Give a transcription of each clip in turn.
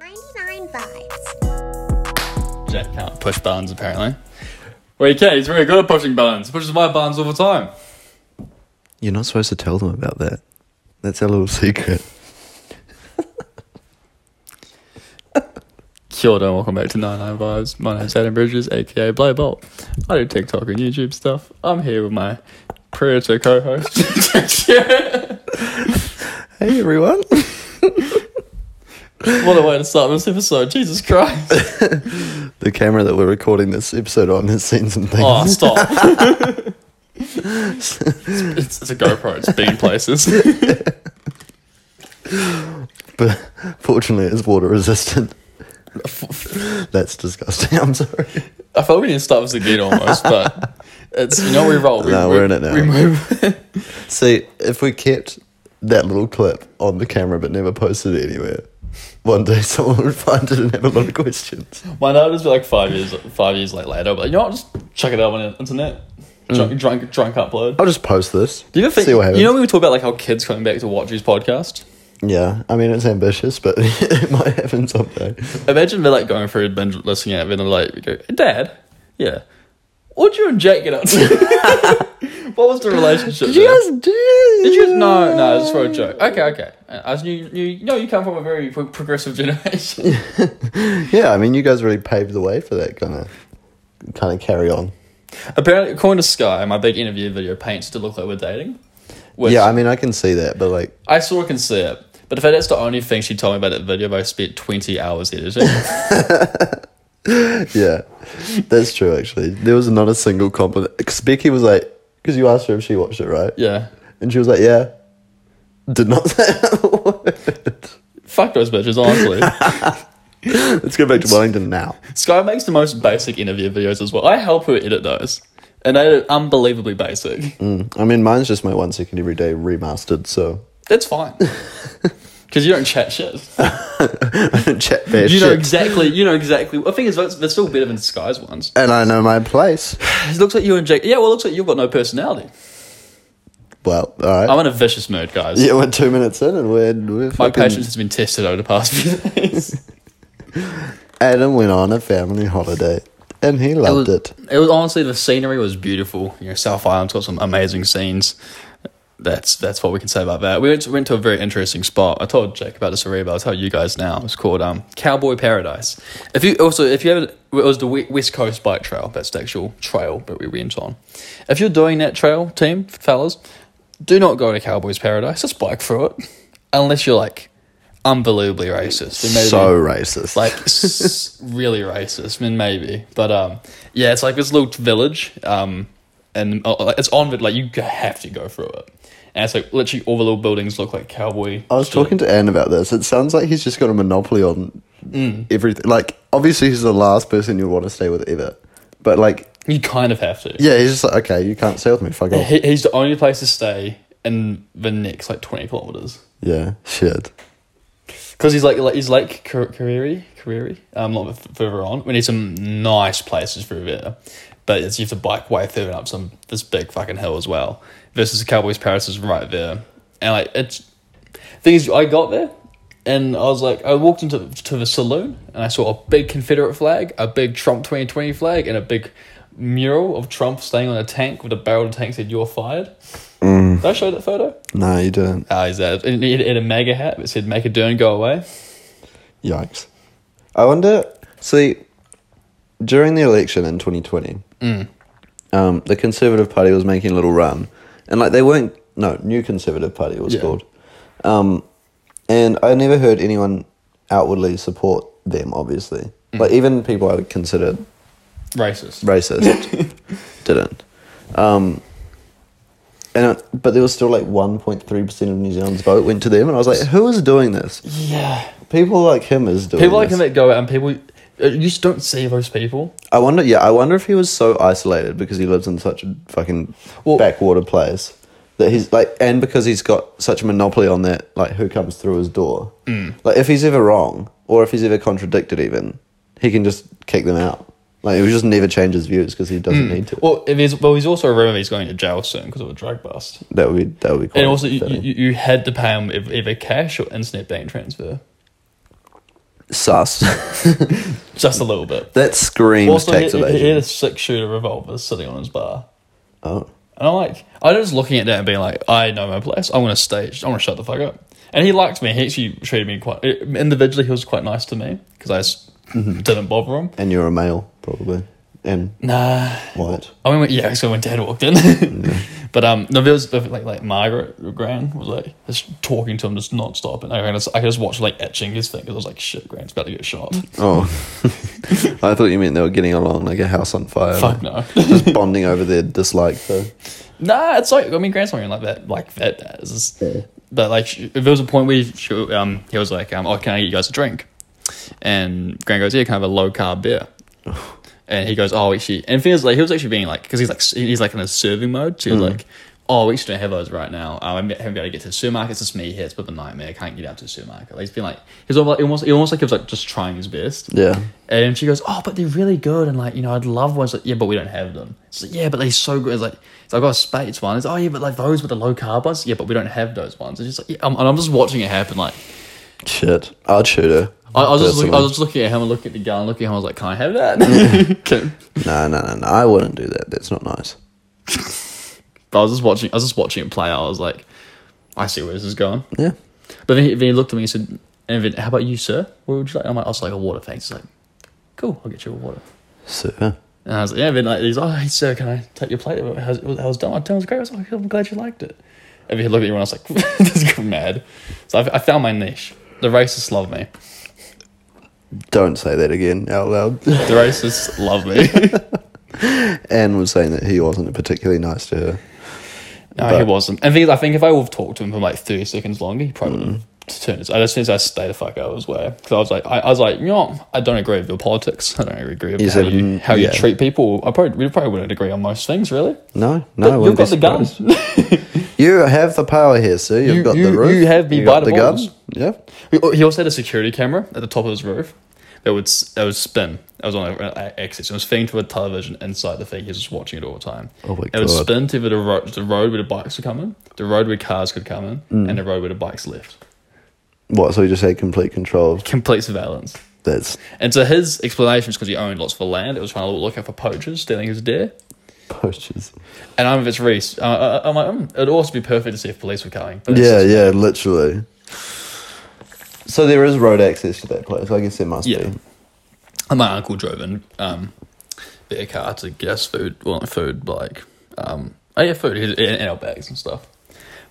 99 vibes. Jack can't push buttons apparently. Well, he can. He's very good at pushing buttons. He pushes my buttons all the time. You're not supposed to tell them about that. That's our little secret. Kia ora and welcome back to 99 Vibes. My name's Adam Bridges, aka Blay Bolt. I do TikTok and YouTube stuff. I'm here with my predator co host. Hey everyone. what a way to start this episode. Jesus Christ. the camera that we're recording this episode on has seen some things. Oh, stop. it's, it's a GoPro, it's been places. Oh. But fortunately it's water resistant. That's disgusting. I'm sorry. I felt we need to start this again almost, but it's, you know, we roll. We, No, we- we're in it now. We move. See, if we kept that little clip on the camera but never posted it anywhere, one day someone would find it and have a lot of questions. My dad was like five years five years like later, but you know what? Just chuck it out on the internet. Drunk, drunk, drunk upload. I'll just post this. Mm. Do you ever think? see what happens? you know, when we talk about like how kids coming back to watch his podcast. yeah, I mean it's ambitious, but it might happen someday. Imagine they're like going through and binge listening at it, and they're like, we go, "Dad, yeah, what'd you and Jake get up to? what was the relationship? there? Did you guys- No, no, it's for a joke. Okay, okay. I was you, you. No, you come from a very pro- progressive generation. Yeah, I mean, you guys really paved the way for that kind of kind of carry on. Apparently, according to Sky, my big interview video paints to look like we're dating. Which Yeah, I mean, I can see that, but like, I saw can see it. But if that's the only thing she told me about that video, but I spent 20 hours editing. yeah, that's true. Actually, there was not a single compliment. 'Cause Becky was like, because you asked her if she watched it, right? yeah. and she was like, yeah. Did not say a word. Fuck those bitches, honestly. Let's go back to Wellington now. Sky makes the most basic interview videos as well. I help her edit those. And they are unbelievably basic. Mm, I mean, mine's just my one second every day remastered, so That's fine. Because you don't chat shit. chat fair You know shit. exactly. You know exactly. I think it's, they're still better than Sky's ones. and I know my place. It looks like you and Jake. Yeah, well, it looks like you've got no personality. Well, all right. I'm in a vicious mood, guys. yeah, we're two minutes in, and we're, we're My fucking- patience has been tested over the past few days. Adam went on a family holiday, and he loved it. It was honestly the scenery was beautiful. You know, South Island's got some amazing scenes. That's that's what we can say about that. We went to, went to a very interesting spot. I told Jake about this already, but I'll tell you guys now. It's called um, Cowboy Paradise. If you also if you ever it was the we- West Coast Bike Trail. That's the actual trail that we went on. If you're doing that trail, team fellas, do not go to Cowboys Paradise. Just bike through it, unless you're like unbelievably racist. Then maybe- so racist. like s- really racist. I mean, maybe, but um, yeah, it's like this little village, um, and uh, like, it's on, but like you g- have to go through it, and it's like literally all the little buildings look like cowboy. I was talking to Anne about this. It sounds like he's just got a monopoly on Mm. everything. Like, obviously, he's the last person you want to stay with ever. But, like, You kind of have to. yeah, he's just like, okay, you can't stay with me. Fuck off. He, he's the only place to stay in the next like twenty kilometers Yeah, shit. because he's like, like he's like Kar- Kariri, Kariri, um, a little bit f- further on. We need some nice places through there. But it's, you have to bike way through and up some this big fucking hill as well. Versus Cowboys Paris is right there, and like it's thing is, I got there and I was like, I walked into to the saloon and I saw a big Confederate flag, a big Trump 2020 flag, and a big mural of Trump standing on a tank with a barrel of the tank said, You're fired. Did I show that photo? No, you didn't. Mm. Ah, he's that. And he had- he had a mega hat that said, Make a dern go away. Yikes. I wonder. See, during the election in 2020, Mm. um, the Conservative Party was making a little run, and like they weren't. No, New Conservative Party it was Yeah. called. Um, and I never heard anyone outwardly support them. Obviously, Mm. like even people I would consider Racist. racist didn't. Um, and it, but there was still like 1.3 percent of New Zealand's vote went to them, and I was like, who is doing this? Yeah. People like him is doing. People like this. him that go out and people, uh, you just don't see those people. I wonder. Yeah, I wonder if he was so isolated because he lives in such a fucking Well- backwater place that he's like, and because he's got such a monopoly on that, like who comes through his door. Mm. Like if he's ever wrong or if he's ever contradicted, even he can just kick them out. Like he just never changes views because he Mm. doesn't need to. Well, if he's, well, he's also a rumor he's going to jail soon because of a drug bust. That would be that would be. Quite And also, you, fitting. you, you had to pay him ev- either cash or internet bank transfer, sus. just a little bit. that screams Also, he, tax he- evasion. he had a six shooter revolver sitting on his bar, Oh, and I'm like, I was looking at that and being like, I know my place. I'm gonna stage. I'm gonna shut the fuck up. And he liked me. He actually treated me quite individually. He was quite nice to me because I s- didn't bother him. and you're a male probably, and Nah, white. I mean, yeah, because when Dad walked in. But um, no, there was like like Margaret Gran was like just talking to him just non-stop, and I could just, I could just watch like etching his fingers. I was like, shit, Gran's about to get shot. Oh, I thought you meant they were getting along like a house on fire. Fuck no. Just bonding over their dislike for nah, it's like I mean, Gran's not even like that like that bad. It's just- But like, sh- if there was a point where she, um, he was like, um, oh, can I get you guys a drink? And Gran goes, yeah, kind of a low carb beer. And he goes, oh, actually, and feels like he was actually being like, because he's like, he's like in a serving mode. So he was like, oh, we actually don't have those right now. Um, I haven't been able to get to the supermarket. It's just me here. It's a bit of a nightmare. I can't get out to the supermarket. Like, he's been like, he's almost, almost, almost like he was like just trying his best. yeah. And she goes, "Oh, but they're really good." And like, you know, I'd love ones. Like, yeah, but we don't have them. It's like, yeah, but they're so good. It's like, so I got a Spates one. It's oh yeah, but like those with the low carb ones. Yeah, but we don't have those ones. It's just like, yeah, I'm, and I'm just watching it happen. Like, Shit, I'd shoot her. I, I was just look, I Personally. was just looking at him and looking at the gun, and looking at him. I was like, "Can I have that?" Can- No, no, no, no. I wouldn't do that. That's not nice. but I was just watching. I was just watching it play out. I was like, "I see where this is going." Yeah. But then he, then he looked at me and said, "And then, how about you, sir? What would you like?" And I'm like, "I was like a water, thanks." He's like, "Cool, I'll get you a water." So, And I was like, yeah, then like, he's like, oh, hey, sir, can I take your plate? How's, it was, how's it done? I told him it was great. I was like, "Oh, I'm glad you liked it. And he looked at everyone else like, this is mad. So I, I found my niche. The racists love me. don't say that again out loud. The racists love me. Anne was saying that he wasn't particularly nice to her. no, he But- wasn't. And the thing is, I think if I would have talked to him for like 30 seconds longer, he probably would have Mm. turned his... I just think I stayed the fuck out of his way. Because I was like, I, I was like, you know, what? I don't agree with your politics. I don't agree with You how, said, you, mm, how yeah. you treat people. I probably, we probably wouldn't agree on most things, really. No, no. But I you've wouldn't got the be guns. surprised. You have the power here, sir. You've You- got you- the roof. you have me You've by got the balls. guns. Yeah. He he also had a security camera at the top of his roof that would s- that would spin. That was on a- a axis. It was feeding to a television inside the thing. He was just watching it all the time. Oh my It would God. spin to the road, the road where the bikes would come in, the road where cars could come in, Mm. and the road where the bikes left. What? So he just had complete control. Complete surveillance. That's And so his explanation is because he owned lots of land. It was trying to look out for poachers stealing his deer. poachers. And I'm if it's Reese. Uh, uh, I'm like, mm, it'd also be perfect to see if police were coming. But it's Yeah, yeah, literally. So there is road access to that place. I guess there must Yeah. be. And my uncle drove in um, their car to get us food, well, not food, but like, um, oh yeah, food and, and our bags and stuff.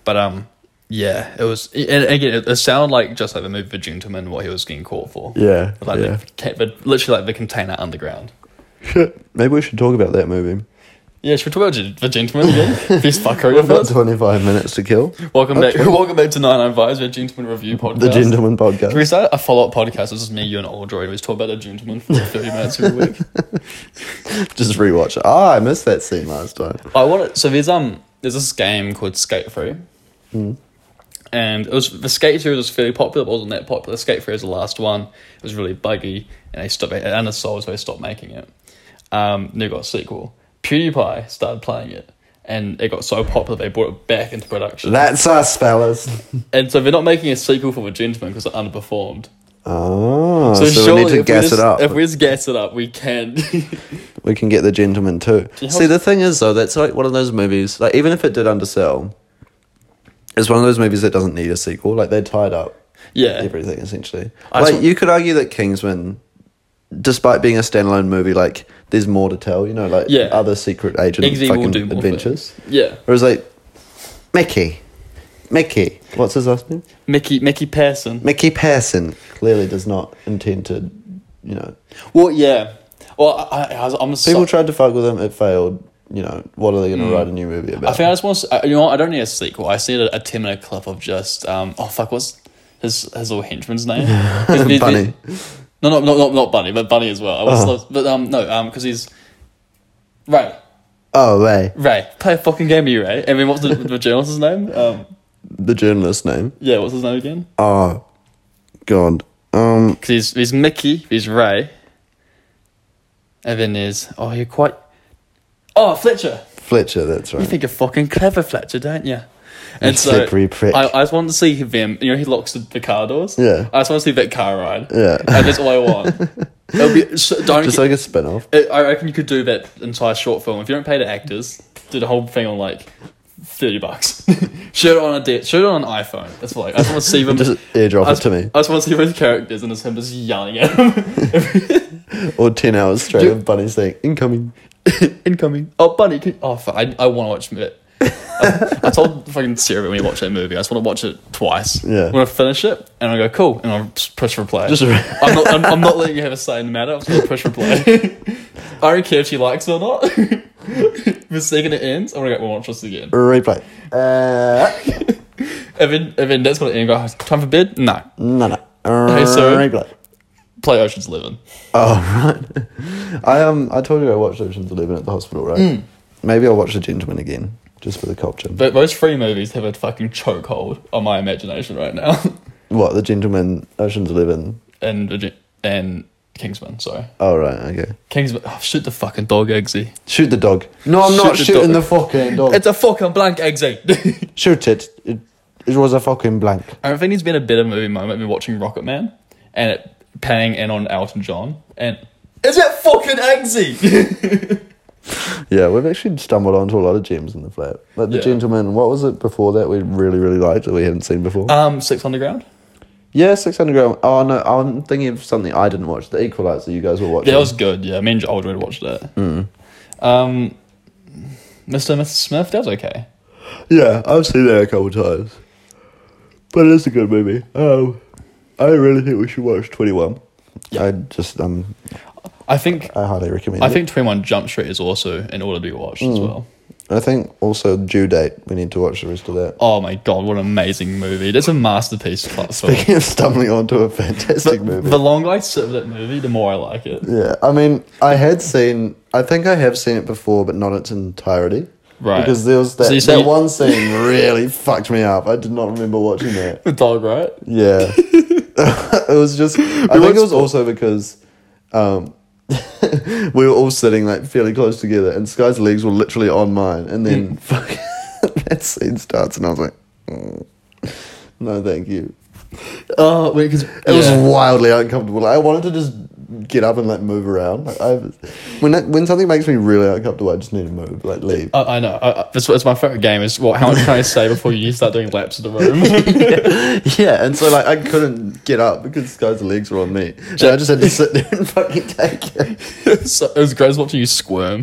But um, yeah, it was, and again, it, it sounded like just like the movie The Gentleman, what he was getting caught for. Yeah, Like yeah. The, ca- but literally like the container underground. Maybe we should talk about that movie. Yeah, should we talk about Gen- The Gentleman again? This fuckery We've of got us. 25 minutes to kill. Welcome back, Okay. welcome back to 995's The Gentleman Review Podcast. The Gentleman Should we Podcast. start a follow up podcast? This is me, you, and Old Droid. We just talk about The Gentleman for 30 minutes every week. Just rewatch it. Ah, I missed that scene last time. I want to, so there's um there's this game called Skate Free, Hmm. and it was the Skate Free was fairly popular, but wasn't that popular. Skate Free was the last one. It was really buggy, and they stopped it undersold, so they stopped making it. Um, they got a sequel. PewDiePie started playing it, and it got so popular they brought it back into production. That's us, fellas. and so they're not making a sequel for The Gentleman because it underperformed. Oh, So, so, we surely need to if we gas just- it up. If we just gas it up, we can. we can get the gentleman too. you See, hold- the thing is, though, that's like one of those movies. Like, even if it did undersell, it's one of those movies that doesn't need a sequel. Like, they tied up yeah. everything essentially. I like, just- you could argue that Kingsman, despite being a standalone movie, like there's more to tell. You know, like Yeah. other secret agent Eggsy will do fucking more adventures. things. Yeah. Whereas, like Mickey, Mickey, what's his last name? Mickey Mickey Pearson. Mickey Pearson clearly does not intend to. You know, Well, yeah. Well, I, I, I was, I'm so- people tried to fuck with him. It failed. You know, what are they going to write a new movie about? I think I just want to. uh, You know, what, I don't need a sequel. I see a, a ten minute clip of just um. Oh fuck, what's his his little henchman's name? 'Cause there's- Bunny. No, no, no, not not Bunny, but Bunny as well. I was, but um, no, um, because he's Ray. oh, Ray, Ray, play a fucking game, with you Ray. I mean, what's the, the journalist's name? Um, the journalist name. yeah, what's his name again? Oh, God. Um, Because he's he's Mickey, he's Ray, And then there's oh, you're quite oh Fletcher. Fletcher, that's You right. think you're fucking clever, Fletcher, don't you? And so slippery prick. I, I just want to see them. You know, he locks the, the car doors. Yeah. I just want to see that car ride. Yeah. and that's all I want. It'll be so, don't. Just like a spin off. I I reckon you could do that entire short film if you don't pay the actors. Do the whole thing on like thirty bucks. shoot it on a de- shoot it on an iPhone. That's what like, I just want to see them. Just airdrop I it just, to me. I just want to see those characters and it's him just yelling at them. Or 10 hours straight Do- of Bunny saying, incoming. Incoming. Oh, bunny. Can- oh, fuck, I, I want to watch it. I, I told fucking Sarah when we watch that movie, I just want to watch it twice. Yeah. When I finish it, and I go cool, and I just push replay. Just- I'm not. I'm, I'm not letting you have a say in the matter. I'm just gonna push replay. I don't care if she likes it or not. the second it ends, I'm gonna go watch this again. Replay. Uh, And then, and then that's gonna end. Go time for bed. No, no, no. so- Replay. play Ocean's Eleven. Oh, right. I, um, I told you I watched Ocean's Eleven at the hospital, right? Maybe I'll watch The Gentleman again, just for the culture. But those three movies have a fucking chokehold on my imagination right now. what, The Gentleman, Ocean's Eleven? and the Gen- and Kingsman. Sorry. Oh, right, okay. Kingsman. Oh, shoot the fucking dog, Eggsy. Shoot the dog. No, I'm not Shoot the shooting dog. the fucking dog. It's a fucking blank Eggsy. Shoot it. it. It was a fucking blank. I think it's been a better movie moment than watching Rocket Man and it panning in on Elton John and is it fucking Eggsy? Yeah, we've actually stumbled onto a lot of gems in the flat. Like The Yeah. Gentleman, what was it before that we really, really liked that we hadn't seen before? um, Six Underground. yeah, 600 gram. Oh, no, I'm thinking of something I didn't watch, The Equalizer you guys were watching. That was good. Yeah, me and Joel would watch that. Um, Mr. and Mrs. Smith. That was okay. yeah, I've seen that a couple times. But it is a good movie. Um, I really think we should watch 21. I just, um, I think. I highly recommend I it. think Twenty One Jump Street is also in order to be watched as well. I think also Due Date, we need to watch the rest of that. Oh my god, what an amazing movie! That's a masterpiece. Film. Speaking of stumbling onto a fantastic the, movie. the longer I sit with that movie, the more I like it. Yeah, I mean, I had seen. I think I have seen it before, but not its entirety. Right. Because there was that, So you- so that you- one scene really fucked me up. I did not remember watching that. The dog, right? Yeah. it was just. I think it was also because. Um, we were all sitting like fairly close together, and Sky's legs were literally on mine. And then fuck, that scene starts, and I was like, "Mm, "No, thank you." Oh, wait, because It was wildly uncomfortable. Like, I wanted to just get up and like move around. Like, I, when that, when something makes me really uncomfortable, I just need to move, like leave. I, I know. I, I, that's, that's my favorite game. Is what? How much can I say before you start doing laps of the room? yeah, and so like I couldn't get up because this guy's legs were on me. So I just had to sit there and fucking take it. so, it was gross watching you squirm.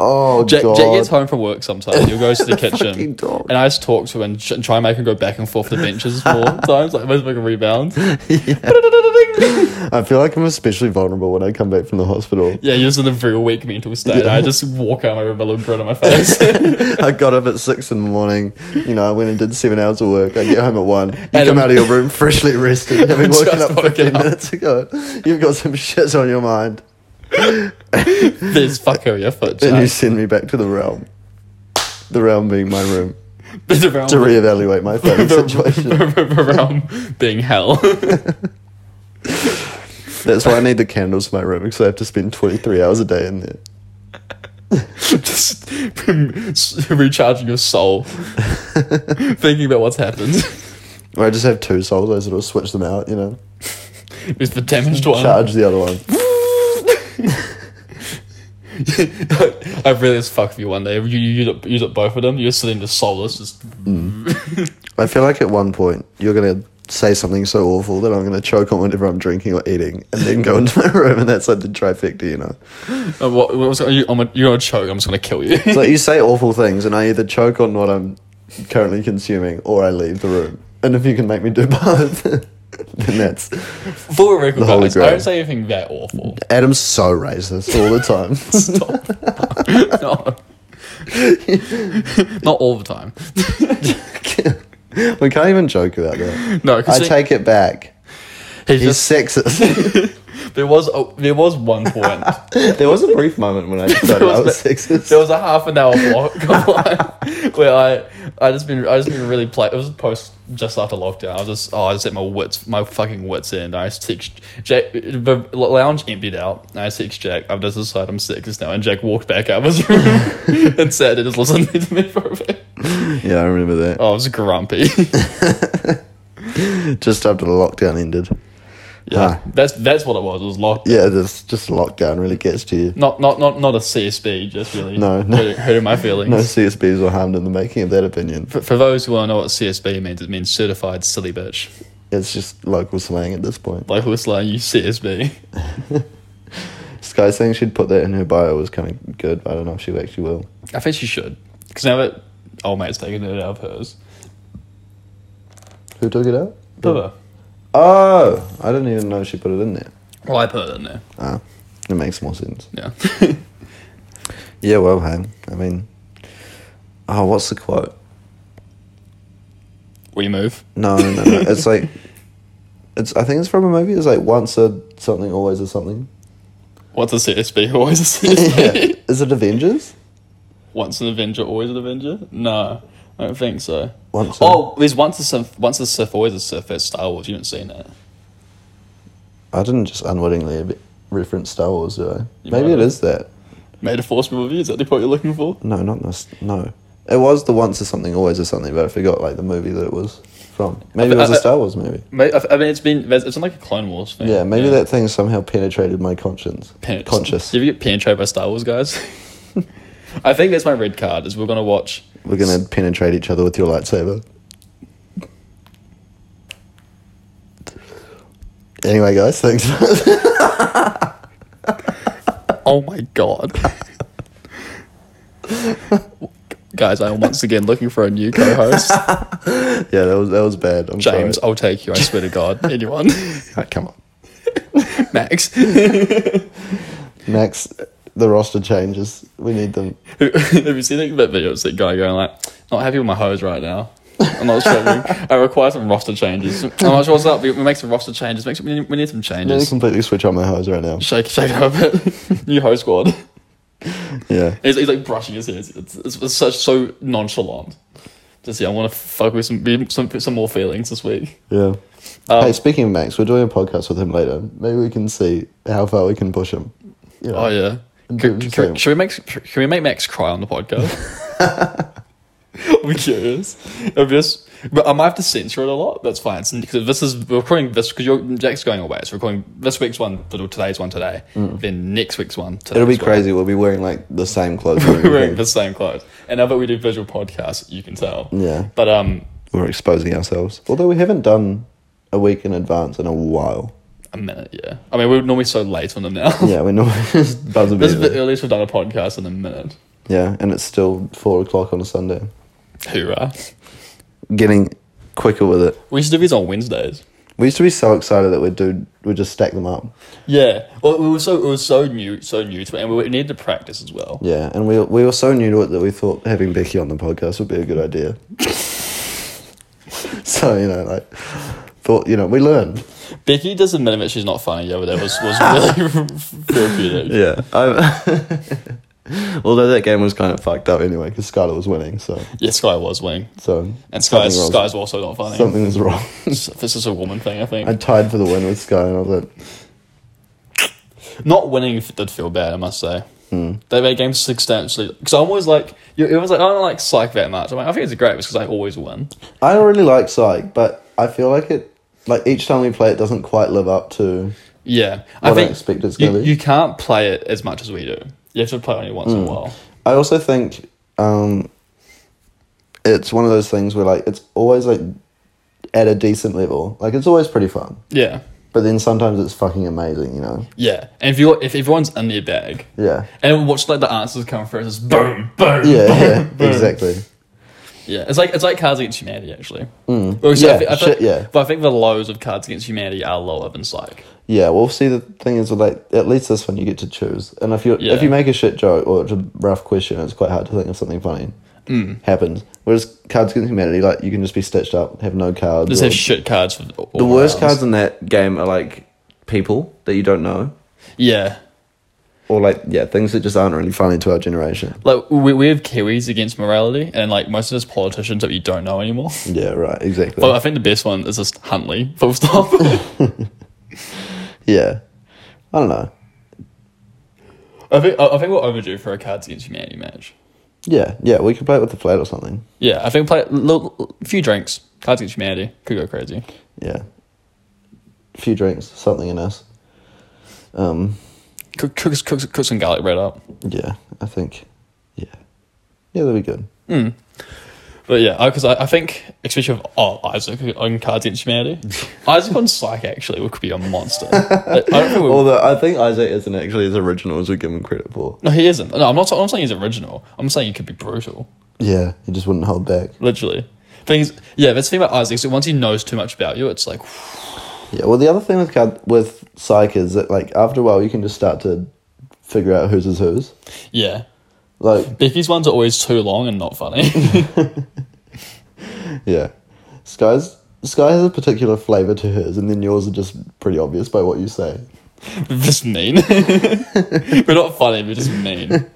Oh Jack, god. Jack gets home from work sometimes. He'll go to the kitchen, fucking dog. and I just talk to him and sh- try and make him go back and forth the benches more times, like most fucking rebounds. I feel like I'm especially vulnerable when I come back from the hospital. Yeah, you're just in a very weak mental state. I just walk out my room with a little grin on my face. I got up at six in the morning. You know, I went and did seven hours of work. I get home at one. You Adam- come out of your room freshly rested, having Just woken up woken fifteen up. minutes ago. You've got some shit on your mind. There's fuck over your foot. Then you Jack. send me back to the realm. The realm being my room There's a round- to reevaluate my family situation. around being hell. That's why I need the candles in my room because I have to spend 23 hours a day in there. just recharging your soul, thinking about what's happened. Or I just have two souls, I sort of switch them out, you know, It's the damaged one. charge the other one. I really just fuck with you one day. You you use up, use up both of them. You're sitting just soulless. Just I feel like at one point you're going to say something so awful that I'm going to choke on whatever I'm drinking or eating and then go into my room and that's like the trifecta, you know. uh, what, what's, you, I'm gonna, you're gonna choke. I'm just gonna kill you. It's like you say awful things and I either choke on what I'm currently consuming or I leave the room. And if you can make me do both, then that's For a record, Holy guys, I Grail. don't say anything that awful. Adam's so racist all the time. Stop. no. Not all the time. we can't even joke about that. No, because I take it back. he's He's just sexist. There was a, there was one point. There was a brief moment when I there, started out with was, sexist. there was a half an hour block of like, where I I just been I just been really play. It was post just after lockdown. I was just oh I just at my wits my fucking wits end. I just text Jack. The lounge emptied out. And I text Jack. I've just decided I'm sexist now. And Jack walked back out of his room and sat and just listened to me for a bit. yeah, I remember that. Oh, I was grumpy. Just after the lockdown ended. yeah, Ah. that's that's what it was. It was locked. Yeah, this just lockdown really gets to you. Not not not not a CSB. Just really No, no. hurting, hurting my feelings. No CSBs were harmed in the making of that opinion. For, for those who want to know what CSB means, it means certified silly bitch. It's just local slang at this point. Like whistler, you CSB. Sky saying she'd put that in her bio was kind of good, but I don't know if she actually will. I think she should. Because now that old mate's taken it out of hers. Who took it out? Bubba. Oh, I didn't even know she put it in there. Well, I put it in there. Ah, it makes more sense. Yeah. Yeah, well, hey, I mean, oh, what's the quote? we move. No, no, no. it's like, it's. I think it's from a movie. It's like once a something, always a something. What's a CSB? Always a yeah. CSB. Is it Avengers? Once an Avenger, always an Avenger? No. I don't think so. Once a- oh, there's once a Sith, once a Sith, always a Sith. That's Star Wars. You haven't seen it. I didn't just unwittingly ab- reference Star Wars, did I? You Maybe might it have. is that. Made a force movie. Is that the point you're looking for? No, not this. No, it was the once a something, always a something, but I forgot like the movie that it was from. Maybe it was a I- I- Star Wars movie. May- I I mean, it's been it's been like a Clone Wars thing. Yeah, maybe that thing somehow penetrated my conscience. Pen- Conscious. Did you get penetrated by Star Wars guys? I think that's my red card. Is we're gonna watch. We're gonna penetrate each other with your lightsaber. Anyway, guys, thanks. Oh my god. Guys, I'm once again looking for a new co-host. yeah, that was that was bad. I'm James, oh. sorry. I'll take you. I swear to God. Anyone, Alright, come on. Max. Max, the roster changes. We need them. Have you seen that bit video? It's that guy going like, "Not happy with my hose right now." I'm not struggling. I require some roster changes. I'm not sure what's up. We we make some roster changes. Make some, we need- we need some I need to changes. completely switch on my hose right now. Shake, shake it up a bit. New hose squad. Yeah. He's, he's like brushing his hair. It's, it's, it's such so nonchalant. Just yeah, I want to fuck with some, be- some some more feelings this week. Yeah. Um, hey, speaking of Max, we're doing a podcast with him later. Maybe we can see how far we can push him. You know, Oh yeah. And do Can, the can- same. should we make Should we make Max cry on the podcast? I'm curious. I'm just, but I might have to censor it a lot. That's fine. It's- Because this is we're recording this because you're Jack's going away. So we're recording this week's one, today's one today, then next week's one. Today's Mm. It'll be one. crazy. We'll be wearing like the same clothes. and We're wearing everything. the same clothes, and now that we do visual podcasts, you can tell. Yeah. But um, We're exposing ourselves. Although we haven't done a week in advance in a while. a minute. Yeah. I mean, we're normally so late on them now. Yeah, we're not just buzz a This is bit. the earliest we've done a podcast in a minute. Yeah, and it's still four o'clock on a Sunday. Hoorah. Getting quicker with it. We used to do these on Wednesdays. We used to be so excited that we'd do we'd just stack them up. Yeah. Well, it was so it was so new, so new to it, and we needed to practice as well. Yeah, and we we were so new to it that we thought having Becky on the podcast would be a good idea. so you know, like thought you know we learned. Becky does admit that she's not funny over there was was really therapeutic. Yeah. Although that game was kind of fucked up anyway because Skylar was winning, so Yeah, Sky was winning, so and Sky something was- Sky's also not funny. something was wrong. This is a woman thing, I think. I tied for the win with Sky, and I was like, Not winning f- did feel bad, I must say. Hmm. They made games substantially because I'm always like, you everyone's like, I don't like psych that much. I'm like, I think it's great because I always win. I really like Psych, but I feel like it, like each time we play, it doesn't quite live up to. Yeah, What I expect it's you, gonna be. you can't play it as much as we do. You have to play only once in a Hmm. while. I also think um, it's one of those things where like it's always like at a decent level. Like it's always pretty fun, Yeah, but then sometimes it's fucking amazing, you know? yeah. And if you if everyone's in their bag, Yeah, and watch like the answers come through. It's just boom, boom. yeah, yeah, exactly. yeah. It's like it's like Cards Against Humanity actually. Or so Mm. Yeah, I thi- I thi- shit, yeah. But I think the lows of Cards Against Humanity are lower than Psych. Yeah, well, see, the thing is, like, at least this one you get to choose, and if you Yeah. if you make a shit joke or it's a rough question, it's quite hard to think of something funny. Mm. Happens. Whereas Cards Against Humanity, like, you can just be stitched up, have no cards. Just or- have shit cards. For all The worst rounds. cards in that game are like people that you don't know, Yeah. or like yeah, things that just aren't really funny to our generation. Like we, we have Kiwis against morality, and like most of us politicians that you don't know anymore. Yeah, right, exactly. But I think the best one is just Huntley. Full stop. yeah, I don't know. I think I I think we're overdue for a Cards Against Humanity match. Yeah, yeah, we could play it with the flat or something. Yeah, I think play look, a few drinks. Cards Against Humanity could go crazy. Yeah, a few drinks, something in us. Um, Cook cook cook, cook some garlic bread up. yeah, I think, yeah, yeah, that'd be good. But yeah, because I, I think especially with oh Isaac on Cards Against Humanity, Isaac on Psych actually could be a monster. I don't think we Although I think Isaac isn't actually as original as we give him credit for. no, he isn't. No, I'm not. I'm not saying he's original. I'm saying he could be brutal. Yeah, he just wouldn't hold back. Literally. Things. Yeah, that's the thing about Isaac. So once he knows too much about you, it's like Yeah. Well, the other thing with card- with psych is that like after a while you can just start to figure out whose is whose. yeah. Like Becky's ones are always too long and not funny. yeah, Sky's Sky has a particular flavor to hers, and then yours are just pretty obvious by what you say. just mean. we're not funny. We're just mean.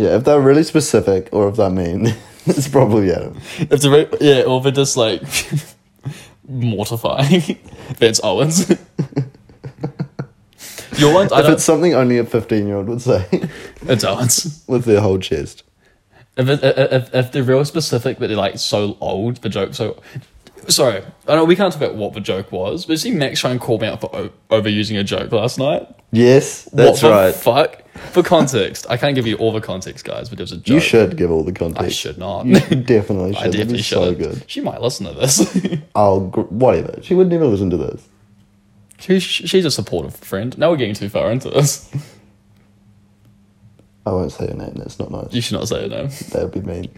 Yeah, if they're really specific or if they're mean, it's probably Adam. If the re- yeah, or they're just like mortifying. That's Owens. Your ones, I If don't. it's It's, something only a fifteen-year-old would say Owens. with their whole chest. If, it, if if they're real specific, but they're like so old, the joke so. Sorry, I know we can't talk about what the joke was, but see Max try and call me out for o- overusing a joke last night. Yes, that's what right. The fuck. For context, I can't give you all the context, guys, but it was a joke. you should give all the context. I should not. You definitely should. I definitely should. So should. good. She might listen to this. I'll gr- whatever. She would never listen to this. she's, she's a supportive friend. Now we're getting too far into this. I won't say her name. That's not nice. You should not say her name. That would be mean.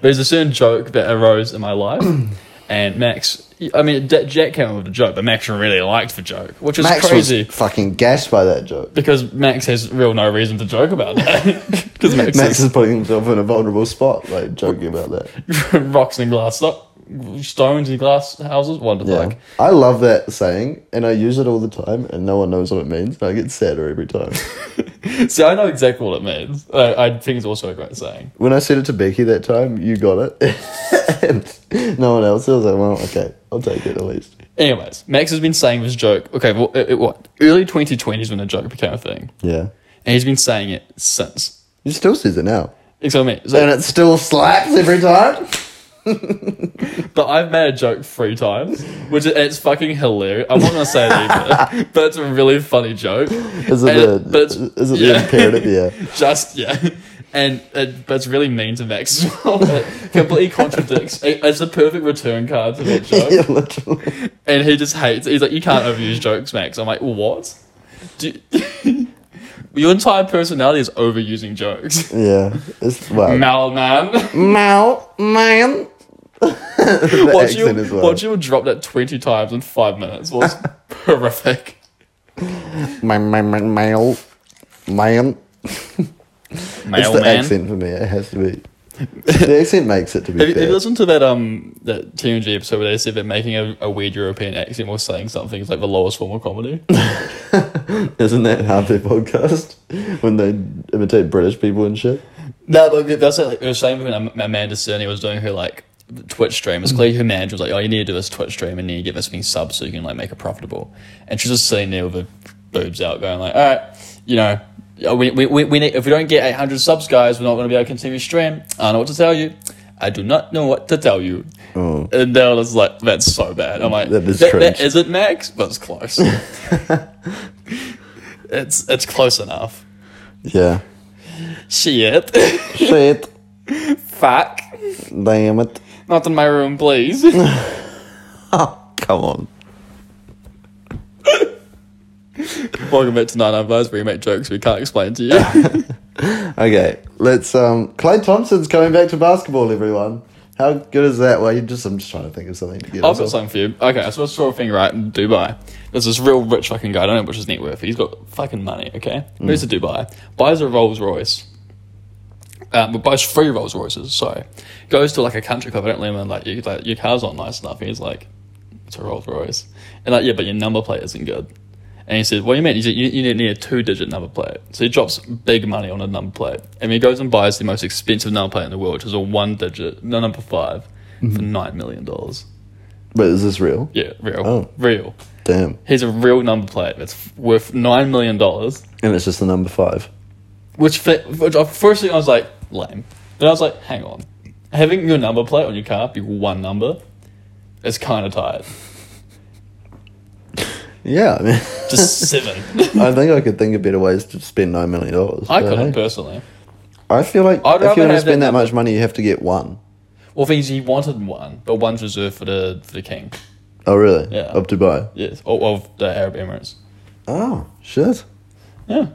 There's Um, a certain joke that arose in my life, and Max. I mean, D- Jack came up with a joke, but Max really liked the joke, which is Max crazy was fucking gashed by that joke. because Max has real no reason to joke about that. Because Max, Max is is putting himself in a vulnerable spot, like joking about that. rocks and glass up, stones and glass houses. What the Yeah. fuck? I love that saying, and I use it all the time, and no one knows what it means. And I get sadder every time. See, I know exactly what it means. I, I think it's also a great saying. when I said it to Becky that time, you got it, and no one else. I was like, well, okay, I'll take it at least. Anyways, Max has been saying this joke. Okay, well, it, it- what early 2020 is when the joke became a thing, Yeah, and he's been saying it since. he still says it now, Except me. So, and it still slaps every time. But I've made a joke three times, which is, it's fucking hilarious. I'm not gonna say it either, but it's a really funny joke. Is it And the but it's- is it yeah. the imperative? Yeah, Just yeah, and it, but it's really mean to Max. as well. it completely contradicts. It, it's the perfect return card to that joke, yeah, literally. and he just hates. it. He's like, you can't overuse jokes, Max. I'm like, what? Do you- Your entire personality is overusing jokes. Yeah, it's wow. Mal man. Mao man. the Watch you, accent as well. watch you drop that 20 times in five minutes was horrific. My my my male man. It's the Mailman. accent for me. It has to be. The accent makes it to be Have you, have fair. you listened to that um that TNG episode where they said that making a, a weird European accent or saying something is like the lowest form of comedy? Isn't that half their podcast when they imitate British people and shit? no, but that's like it was saying when Am- Amanda Cerny was doing her like Twitch stream. It's clear her manager was like, "Oh, you need to do this Twitch stream and you need to get this many subs so you can like make it profitable." And she's just sitting there with her boobs out, going like, "All right, you know." yeah, We, we, we, we need, if we don't get 800 subs, guys, we're not going to be able to continue stream. I don't know what to tell you. I do not know what to tell you. Oh. And Dale is like, that's so bad. I'm like, That is that cringe. isn't Max, but it's close. it's it's close enough. Yeah. Shit. Shit. Fuck. Damn it. Not in my room, please. Oh, come on. Welcome back to Nine Nine Vibes, where we make jokes we can't explain to you. Okay, let's. um Clay Thompson's coming back to basketball, everyone. How good is that? Well, you just. I'm just trying to think of something to get. I've us got something for you. Okay, so I saw a thing right in Dubai. There's this real rich fucking guy, I don't know which his net worth. He's got fucking money, okay? Moves to Dubai, buys a Rolls Royce. Um, but buys three Rolls Royces, sorry. Goes to like a country club, I don't let him in, like, you, like, your car's not nice enough. He's like, It's a Rolls Royce. And like, yeah, but your number plate isn't good. And he said, what do you mean? He said, you, you need- need a two-digit number plate. So he drops big money on a number plate. And he goes and buys the most expensive number plate in the world, which is a one-digit, no, number 5 for $9 million. But is this real? Yeah, real. Oh. Real. Damn. Here's a real number plate that's worth $9 million. And it's just the number five. Which, fit, which I, first thing I was like, lame. Then I was like, hang on. Having your number plate on your car be one number is kind of tired. Yeah, I mean, Just seven. I think I could think of better ways to spend nine million dollars. I but couldn't hey. personally. I feel like I'd if rather you want to have spend that that much money, you have to get one. Well, things he wanted one, but one's reserved for the for the king. Oh, really? Yeah. Of Dubai. Yes, or of the Arab Emirates. Oh shit. Yeah.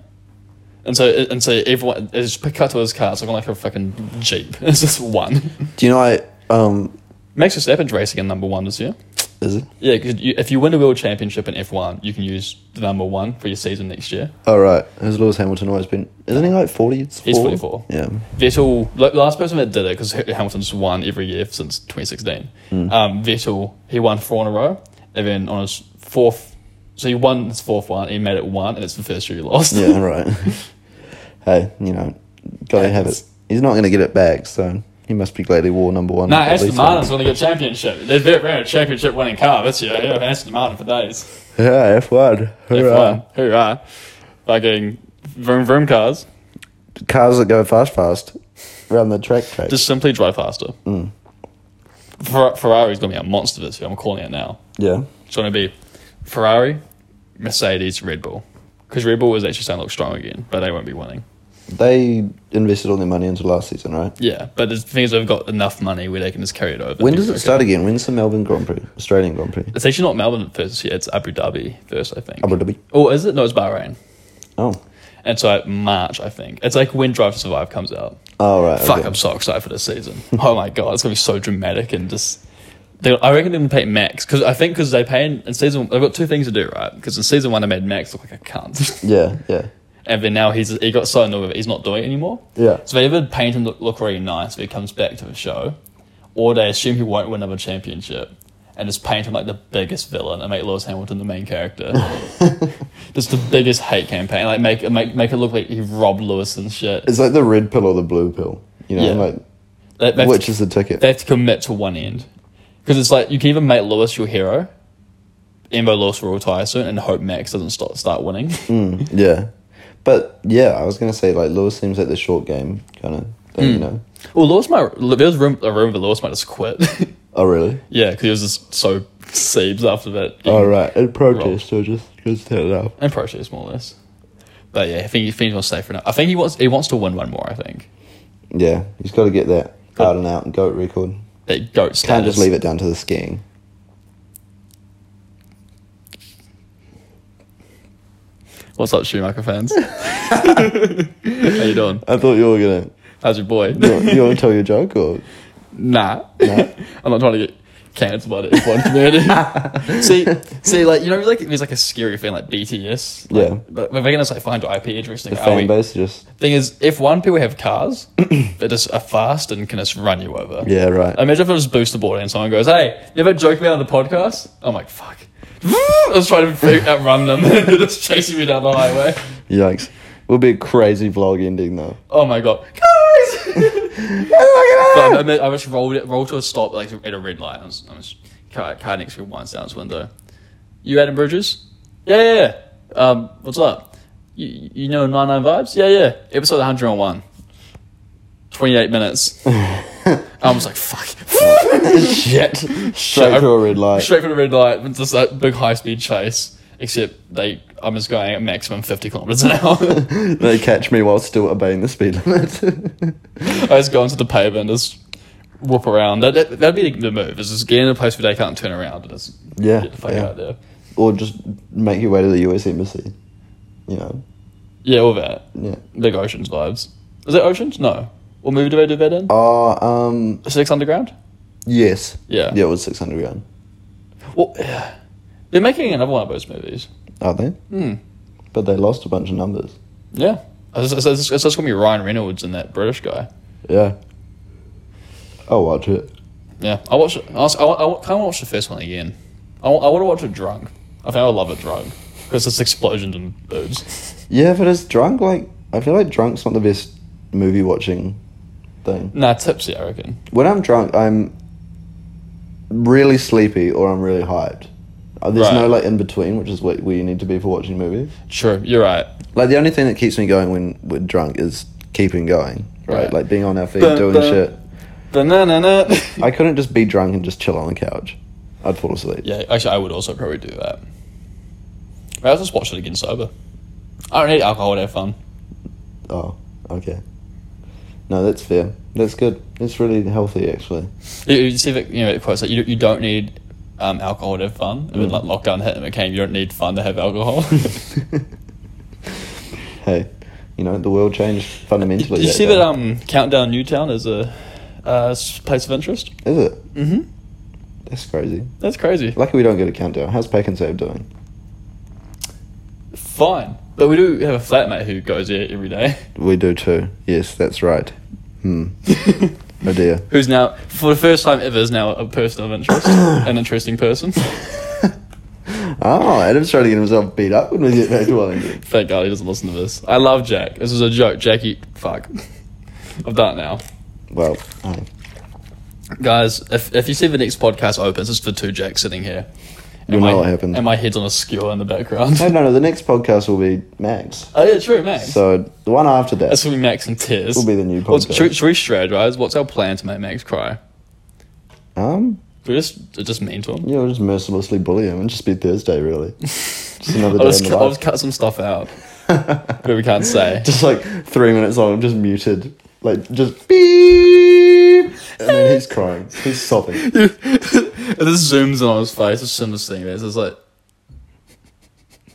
And so and so everyone it's just cut to his car. It's looking like a fucking jeep. It's just one. Do you know I um Max Verstappen's racing in number one this year. is it? Yeah, because you, if you win a world championship in F one, you can use the number one for your season next year. Oh right. Has Lewis Hamilton always been? Isn't he like forty? He's 44. Yeah. Vettel, like, last person that did it, because Hamilton's won every year since 2016. Hmm. Um, Vettel, he won four in a row, and then on his fourth, so he won his fourth one, he made it one, and it's the first year he lost. Yeah. Right. hey, you know, gotta have it. He's not gonna get it back, so he must be glad he wore number one. no, at Aston least Martin's one. won the championship. They've been around a championship winning car this year. Yeah, Aston Martin for days. Yeah, F one. F1, Hurrah. hoorah. Fucking vroom vroom cars. Cars that go fast, fast around the track. track. Just simply drive faster. Mm. Fer- Ferrari's going to be a monster this year. I'm calling it now. yeah. It's going to be Ferrari, Mercedes, Red Bull. Because Red Bull is actually starting to look strong again, but they won't be winning. They invested all their money into last season, right? Yeah, but the thing is, they've got enough money where they can just carry it over. When does it start again? When's the Melbourne Grand Prix? Australian Grand Prix. It's actually not Melbourne first yeah, it's Abu Dhabi first, I think. Abu Dhabi. Oh, is it? No, it's Bahrain. Oh. And so like, March, I think. It's like when Drive to Survive comes out. Oh right. Fuck, okay. I'm so excited for this season. oh my god, it's gonna be so dramatic and just. They, I reckon they're gonna pay Max because I think because they pay in, in season. They've got two things to do, right? Because in season one, they made Max look like a cunt, Yeah, yeah. and then now he's he got so annoyed with it, he's not doing it anymore. Yeah. So they either paint him look, look really nice if he comes back to the show, or they assume he won't win another championship and just paint him like the biggest villain and make Lewis Hamilton the main character. just the biggest hate campaign, like make make make it look like he robbed Lewis and shit. It's like the red pill or the blue pill. You know, Yeah. like They- they've- which is the ticket? they have to commit to one end. Because it's like you can even make Lewis your hero, Embo Lewis will retire soon, and hope Max doesn't start start winning. Mm. yeah. But yeah, I was gonna say like Lewis seems like the short game kind of thing, you know. well, Lewis might there's room a room that Lewis might just quit. Oh really? yeah, because he was just so seebs after that. Oh right. In protest or just just turn it up. and protest more or less. But yeah, I think he thinks he'll stay for now. I think he wants he wants to win one more. I think Yeah, he's gotta get that out and out and goat record. that goat status. Can't just leave it down to the skiing. What's up, Schumacher fans? How you doing? I thought you were gonna How's your boy? you wanna- you wanna tell your joke or Nah. I'm not trying to get cancelled by the F1 community. see, see, like, you know, like, there's like a scary thing like BTS. like, Yeah. But we're going to like find IP interesting. the are we? fan base just Thing is, F1 people have cars that just are fast and can just run you over. Yeah, right. Imagine if it was booster boarding and someone goes, hey, you ever joke me on the podcast? I'm like, fuck. I was trying to fig- outrun them. They're just chasing me down the highway. Yikes. Will be a crazy vlog ending though. Oh my god. Guys! But I, mean, I just rolled it, rolled to a stop like at a red light. I was, I was car, car next to me winds down his window. You Adam Bridges? Yeah, yeah, yeah. Um, what's up? You, you know 99 Vibes? Yeah, yeah. Episode 101. 28 minutes. I was like, fuck. Shit. Shit, I- Straight through a red light. Straight through a red light. It's just that big high speed chase. Except they, I'm just going at maximum 50 kilometers an hour. they catch me while still obeying the speed limit. I just go onto the pavement, just whoop around. That, that, that'd be the move, is just get in a place where they can't turn around and just Yeah, get the fuck yeah. out of there. or just make your way to the US embassy. You know. Yeah, all that. Yeah. Big Oceans vibes. Is it Oceans? No. What movie do they do that in? Oh, um Six Underground? yes. Yeah. Yeah, it was six hundred grand. Well, yeah. They're making another one of those movies. Are they? Hmm. But they lost a bunch of numbers. Yeah. It's, it's, it's, it's just going to be Ryan Reynolds and that British guy. Yeah. I'll watch it. Yeah. I watched. I, was, I, I kind of watched the first one again. I, want to watch it drunk. I think I would love it drunk because it's explosions and boobs. Yeah, but it's drunk. Like I feel like drunk's not the best movie watching thing. Nah, tipsy, I reckon. When I'm drunk, I'm really sleepy or I'm really hyped. Uh, There's no Right. like in between, which is what where you need to be for watching movies. True, you're right. Like the only thing that keeps me going when we're drunk is keeping going, right? Right. Like being on our feet, Dun, doing dun. shit. Banana. I couldn't just be drunk and just chill on the couch. I'd fall asleep. yeah, actually, I would also probably do that. I'll just watch it again sober. I don't need alcohol to have fun. Oh, okay. No, that's fair. That's good. It's really healthy, actually. You, you see that you know it quotes like you, you don't need um, alcohol to have fun. And then like lockdown hit and it came, you don't need fun to have alcohol. Hey, you know the world changed Did fundamentally. you see day. that um, Countdown Newtown is a uh, s- place of interest? Is it? Mm-hmm. That's crazy. That's crazy. Lucky we don't get a countdown. How's Pack and Save doing? Fine. But we do have a flatmate who goes there every day. We do too. Yes, that's right. Hmm. oh dear. Who's now, for the first time ever, is now a person of interest. an interesting person. Oh, Adam's trying to get himself beat up when we get back to Wellington. Thank God he doesn't listen to this. I love Jack. This is a joke. Jackie, fuck. I've done it now. Well, hey. Guys, if, if you see the next podcast opens, it's for two Jacks sitting here. And You'll my, know what happened. And my head's on a skewer in the background. no, no, no. The next podcast will be Max. oh, yeah, true, Max. So the one after that. That's when we Max and tears. Will be the new What's- podcast. Should, should we strategize? What's our plan to make Max cry? um, Do we just, just mean to him? yeah, we'll just mercilessly bully him and just be Thursday, really. Just another day I'll just, in cut, the I'll life. just cut some stuff out that we can't say. Just like three minutes on, I'm just muted. Like just beep, and then he's crying. He's sobbing. It just zooms in on his face. It's just thing. It's just like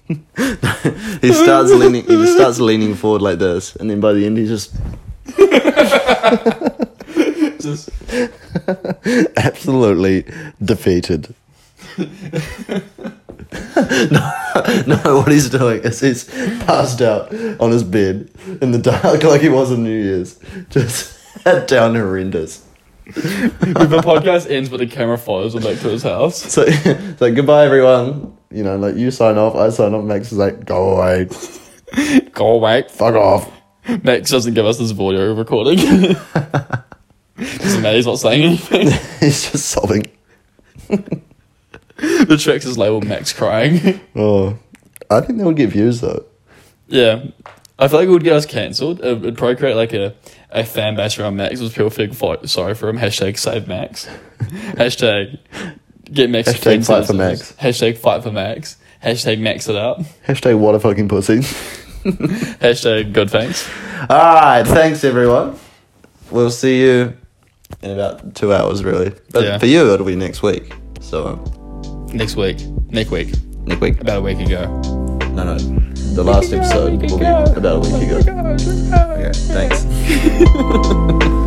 He starts leaning. He just starts leaning forward like this, and then by the end, he's just just absolutely defeated. no, no, what he's doing is he's passed out on his bed in the dark like he was on New Year's. Just head down horrendous. the podcast ends, but the camera follows him back to his house. So it's like goodbye everyone. You know, like you sign off, I sign off, Max is like, go away, Go away. fuck off. Max doesn't give us this audio recording. Doesn't matter. He's not saying anything. he's just sobbing. The tracks is labeled Max crying. Oh. I think that would get views though. yeah, I feel like it would get us cancelled. It would probably create like a, a fan base around Max. Was people feel fo- sorry for him? Hashtag save Max. Hashtag get Max. Hashtag fight for citizens. Hashtag fight for Max. Hashtag Max it up. Hashtag what a fucking pussy. Hashtag good thanks. Alright, thanks everyone. We'll see you in about two hours really. But Yeah. for you it'll be next week. So um, Next week. Next week. next week. About a week ago. No no. The last episode will be about a week ago. Okay, thanks.